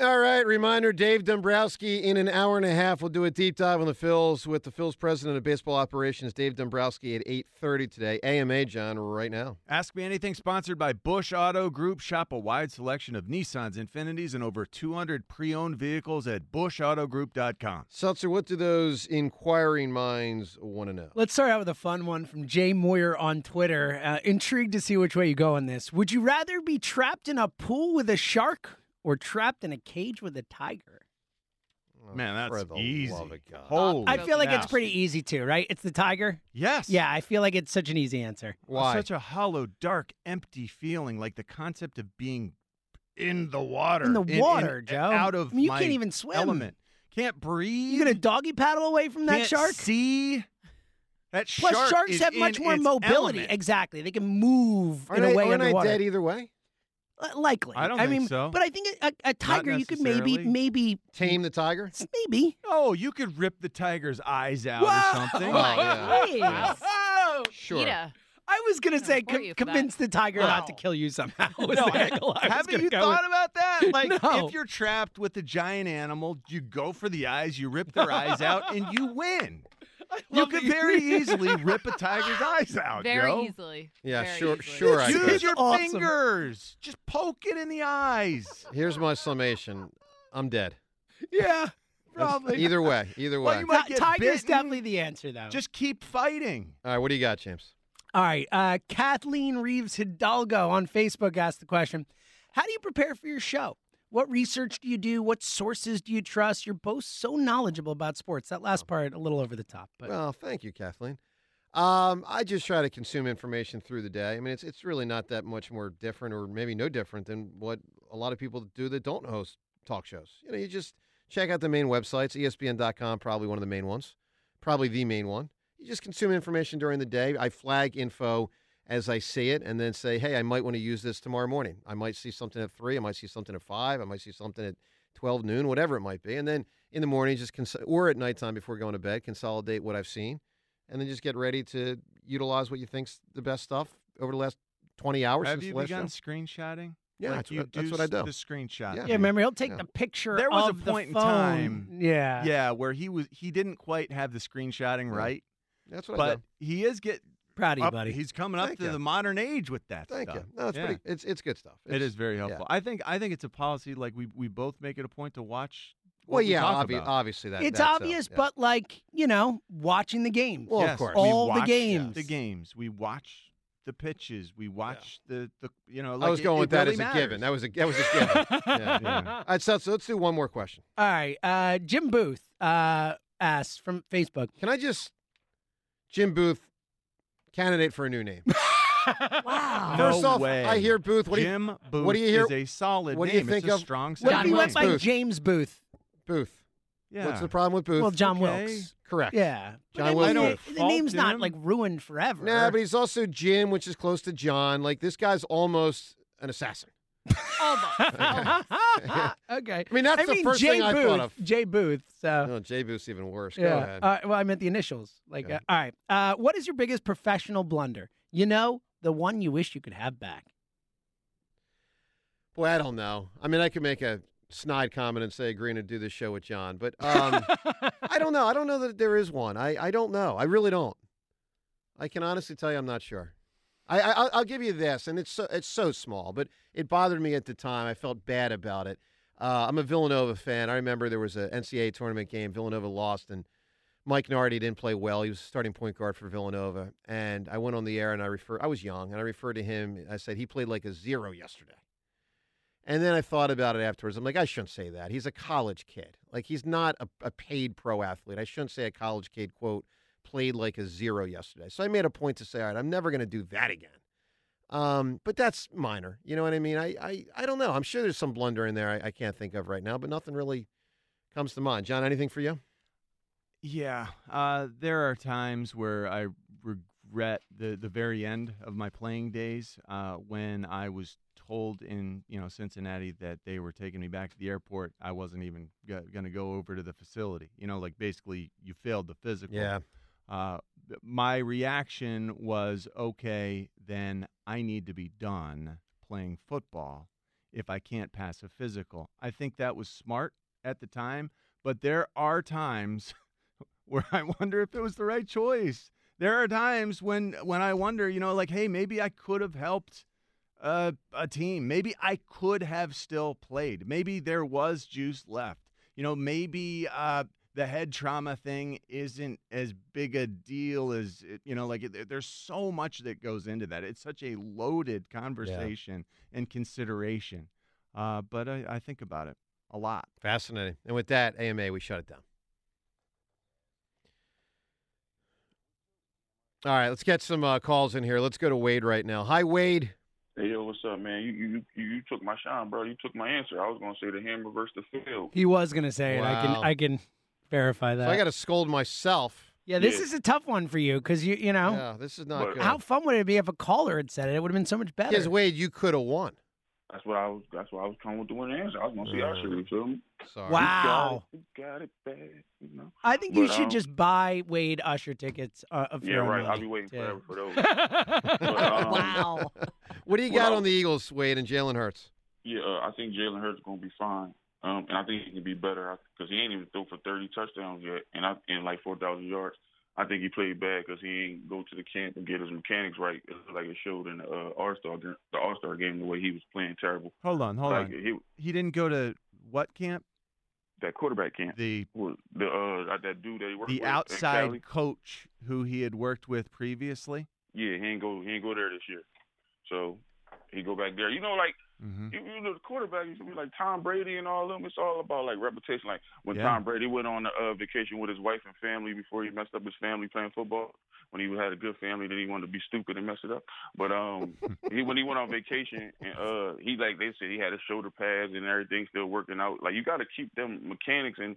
All right, reminder Dave Dombrowski in an hour and a half will do a deep dive on the Phils with the Phils president of baseball operations, Dave Dombrowski, at 8.30 today. AMA, John, right now. Ask Me Anything sponsored by Bush Auto Group. Shop a wide selection of Nissans, Infinities, and over 200 pre owned vehicles at bushautogroup.com. Seltzer, what do those inquiring minds want to know? Let's start out with a fun one from Jay Moyer on Twitter. Uh, intrigued to see which way you go on this. Would you rather be trapped in a pool with a shark or trapped in a cage with a tiger? Oh, Man, for that's the easy. love of God. Holy I feel like it's cow. pretty easy too, right? It's the tiger. e- Yes. Yeah, I feel like it's such an easy answer. Why? Such a hollow, dark, empty feeling, like the concept of being in the water. In the water, Joe. Out of I mean, you my can't even swim. Element. Can't breathe. You gonna doggy paddle away from that can't shark? See that Plus, shark sharks is have in much more its mobility. element. Exactly, they can move Aren't in I- a way aren't I underwater. dead either way? Uh, Likely, e- I don't I think mean, so. But I think a, a tiger, you could maybe, necessarily. maybe, Tame the tiger? maybe. Oh, you could rip the tiger's eyes out Whoa! or something. Oh, yeah. Jeez. Sure. Ida. I was gonna say for con- you for that. convince the tiger not to Wow. kill you somehow. Was No, the angle I was Haven't gonna you go thought with. about that? Like, No. if you're trapped with a giant animal, you go for the eyes, you rip their eyes out, and you win. You love could that you- very easily rip a tiger's eyes out, Very Joe. easily. Yeah, Very sure, easily. sure I Use could. your Awesome. fingers. Just poke it in the eyes. Here's my summation. I'm dead. Yeah, That's- probably. Either way, either Well, way. you might Ti- get tiger's bitten. definitely the answer, though. Just keep fighting. All right, what do you got, James? All right. Uh, Kathleen Reeves Hidalgo on Facebook asked the question How do you prepare for your show? What research do you do? What sources do you trust? You're both so knowledgeable about sports. That last part, a little over the top. But Well, thank you, Kathleen. Um, I just try to consume information through the day. I mean, it's it's really not that much more different, or maybe no different than what a lot of people do that don't host talk shows. You know, you just check out the main websites. E ESPN.com probably one of the main ones, probably the main one. You just consume information during the day. I flag info as I see it, and then say, hey, I might want to use this tomorrow morning. I might see something at three. I might see something at five. I might see something at 12 noon, whatever it might be. And then in the morning, just cons- or at nighttime before going to bed, consolidate what I've seen and then just get ready to utilize what you think's the best stuff over the last 20 hours Have since you the last begun show. screenshotting? Yeah, Like, that's, you what- that's what I do. The screenshot. Yeah. yeah, remember, he'll take Yeah. the picture There was a of the point in phone. time- Yeah. Yeah, where he was he didn't quite have the screenshotting Yeah. right, That's what I but do. he is get Proud of you, up- buddy. he's coming up Thank to you. the modern age with that Thank stuff. you. No, it's Yeah. pretty. It's it's good stuff. It's, It is very yeah. helpful. I think I think it's a policy like we we both make it a point to watch. what Well, we yeah, talk obvi- uh, about. obviously that. it's that's out, obvious, yeah. but like, you know, watching the game. Well, Yes, of course. we All the watch games. The games. We watch the pitches. We watch the the you know. I like, was it- going it with that really as a given. That matters. was a that was a given. yeah, yeah. All right, so, so let's do one more question. All right. Uh, Jim Booth uh, asked from Facebook. Can I just Jim Booth, candidate for a new name? Wow. No First off, way. I hear Booth. What do you- Jim Booth what do you hear- is a solid what do name. you think it's a of- strong What sounding if he name. went by Booth. James Booth? Booth? Yeah. What's the problem with Booth? Well, John Okay. Wilkes. Correct. Yeah. But John I mean, Wilkes. I don't the- The fault name's not him. like ruined forever. No, but he's also Jim, which is close to John. Like this guy's almost an assassin. okay. I mean, that's I the mean, first Jay thing I Booth, thought of. Jay Booth. So No, Jay Booth's even worse. Go yeah. ahead. Uh, well, I meant the initials. Like, Yeah. uh, all right. Uh, what is your biggest professional blunder? You know, the one you wish you could have back. Boy, I don't know. I mean, I could make a snide comment and say agreeing to do this show with John, but um, I don't know. I don't know that there is one. I, I don't know. I really don't. I can honestly tell you, I'm not sure. I, I I'll- I'll give you this, and it's so, it's so small, but it bothered me at the time. I felt bad about it. Uh, I'm a Villanova fan. I remember there was a NCAA tournament game. Villanova lost, and Mike Nardi didn't play well. He was starting point guard for Villanova, and I went on the air and I refer. I was young, and I referred to him. I said he played like a zero yesterday. And then I thought about it afterwards. I'm like, I shouldn't say that. He's a college kid. Like he's not a, a paid pro athlete. I shouldn't say a college kid quote played like a zero yesterday. So I made a point to say, all right, I'm never going to do that again. Um, but that's minor. You know what I mean? I, I, I don't know. I'm sure there's some blunder in there I, I can't think of right now, but nothing really comes to mind. John, anything for you? Yeah, uh, there are times where I regret the the very end of my playing days uh, when I was told in you know Cincinnati that they were taking me back to the airport. I wasn't even going to go over to the facility. You know, like basically you failed the physical. Uh, th- my reaction was okay. Then I need to be done playing football if I can't pass a physical. I think that was smart at the time, but there are times where I wonder if it was the right choice. There are times when when I wonder, you know, like, hey, maybe I could have helped uh, a team. Maybe I could have still played. Maybe there was juice left. You know, maybe uh, the head trauma thing isn't as big a deal as it- you know. Like, it- there- there's so much that goes into that. It's such a loaded conversation and consideration. Uh, but I, I think about it a lot. Fascinating. And with that, AMA, we shut it down. All right, let's get some uh, calls in here. Let's go to Wade right now. Hi, Wade. Hey, yo, what's up, man? You you you, you took my shine, bro. You took my answer. I was gonna say the hammer versus the field. He was gonna say it. I Wow. can I can verify that. So I got to scold myself. yeah, this Yeah. is a tough one for you because you you know Yeah, this is not But- good. how fun would it be if a caller had said it? It would have been so much better. Because Wade, you could have won. That's what I was. That's what I was coming with the winning answer. I was gonna say I should. You feel me? Sorry. Wow. You got it, you got it bad. You know. I think you But, should um, just buy Wade Usher tickets uh, of Yeah, your own right. I'll money, be waiting too. forever for those. But, um, Wow. What do you got Well- on the Eagles, Wade and Jalen Hurts? Yeah, uh, I think Jalen Hurts gonna be fine, um, and I think he can be better because he ain't even throw for thirty touchdowns yet, and I and like four thousand yards. I think he played bad because he ain't go to the camp and get his mechanics right, like it showed in the uh, All Star the All Star game the way he was playing terrible. Hold on, hold like on. he He didn't go to what camp? that quarterback camp. The was the uh that dude that he worked the with, uh, Cali. outside coach who he had worked with previously. Yeah, he ain't go he ain't go there this year, so he go back there. You know, like Mm-hmm. you, you know, the quarterback used to be like Tom Brady and all them. It's all about like reputation. Like when Yeah. Tom Brady went on a uh, vacation with his wife and family before he messed up his family playing football. When he had a good family, then he wanted to be stupid and mess it up. But um, he when he went on vacation and uh, he like they said he had his shoulder pads and everything still working out. Like you got to keep them mechanics and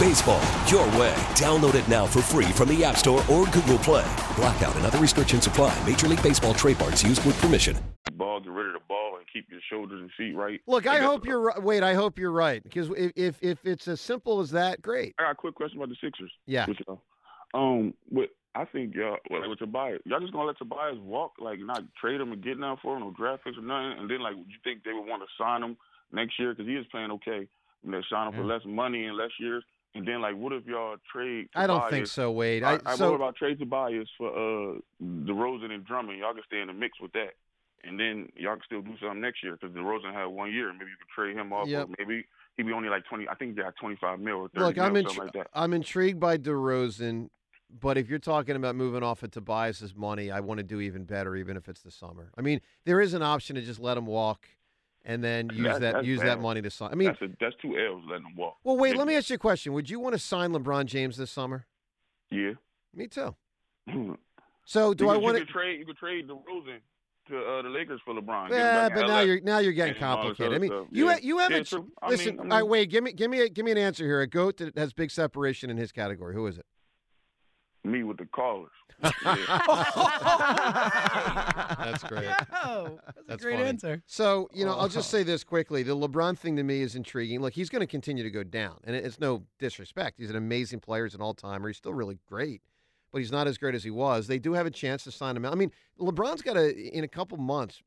Baseball, your way. Download it now for free from the App Store or Google Play. Blackout and other restrictions apply. Major League Baseball trademarks used with permission. the ball, get rid of the ball, and keep your shoulders and feet right. Look, I got- hope you're right. Wade, I hope you're right. Because if, if if it's as simple as that, great. I got a quick question about the Sixers. Yeah. With y'all. Um, with I think y'all well, like with Tobias, y'all just gonna let Tobias walk, like not trade him and get nothing for him, no draft picks or nothing, and then like you think they would want to sign him next year because he is playing okay, and they sign him for Yeah. less money and less years, and then like what if y'all trade? I don't think Tobias- so, Wade. I, I, I so worry about trade Tobias for uh DeRozan and Drummond. Y'all can stay in the mix with that, and then y'all can still do something next year because DeRozan had one year. Maybe you could trade him off. Yep. Or maybe he'd be only like twenty. I think they got twenty five mil or thirty look, mil, I'm something intri- like that. I'm intrigued by DeRozan, but if you're talking about moving off of Tobias's money, I want to do even better, even if it's the summer. I mean, there is an option to just let him walk, and then use That- that that's use that bad. money to sign. I mean, that's, a, that's two L's letting him walk. well, wait. If- Let me ask you a question. Would you want to sign LeBron James this summer? Yeah. Me too. Do So do I want You to? could trade. You could trade DeRozan to uh, the Lakers for LeBron. Give him Yeah, back but now LA. you're now you're getting and all this complicated. I other mean, stuff. you Yeah. ha- you Yeah, haven't. true. I mean- listen, I all right, mean- wait. Give me give me a, give me an answer here. A goat that has big separation in his category. Who is it? me with the callers. That's great. Oh, that's, That's a great funny. answer. So, you know, I'll just say this quickly. The LeBron thing to me is intriguing. Look, he's going to continue to go down, and it- it's no disrespect. He's an amazing player. He's an all timer. He's still really great, but he's not as great as he was. They do have a chance to sign him out. I mean, LeBron's got to, in a couple months,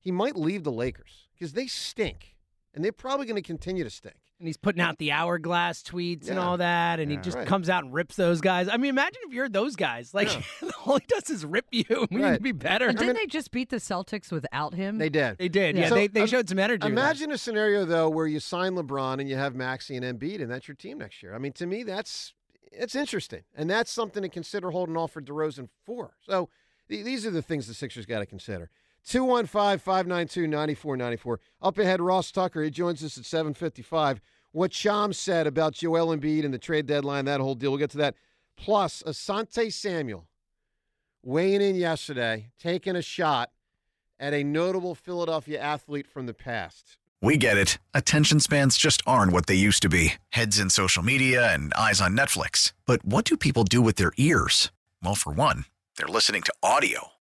he might leave the Lakers because they stink, and they're probably going to continue to stink. And he's putting out the hourglass tweets and Yeah. all that, and he Yeah. just Right. comes out and rips those guys. I mean, imagine if you're those guys. Like, all he does is rip you. and We need to Right. be better. And didn't they just beat the Celtics without him? They did. Mm. They did. Yeah, So, they, they um, showed some energy. with that. Imagine a scenario though where you sign LeBron and you have Maxi and Embiid, and that's your team next year. I mean, to me, that's it's interesting, and that's something to consider holding off for DeRozan for. So th- these are the things the Sixers got to consider. 215-592-9494. Up ahead, Ross Tucker. He joins us at 755. What Sham said about Joel Embiid and the trade deadline, that whole deal. We'll get to that. Plus, Asante Samuel weighing in yesterday, taking a shot at a notable Philadelphia athlete from the past. We get it. Attention spans just aren't what they used to be heads in social media and eyes on Netflix. But what do people do with their ears? Well, for one, they're listening to audio.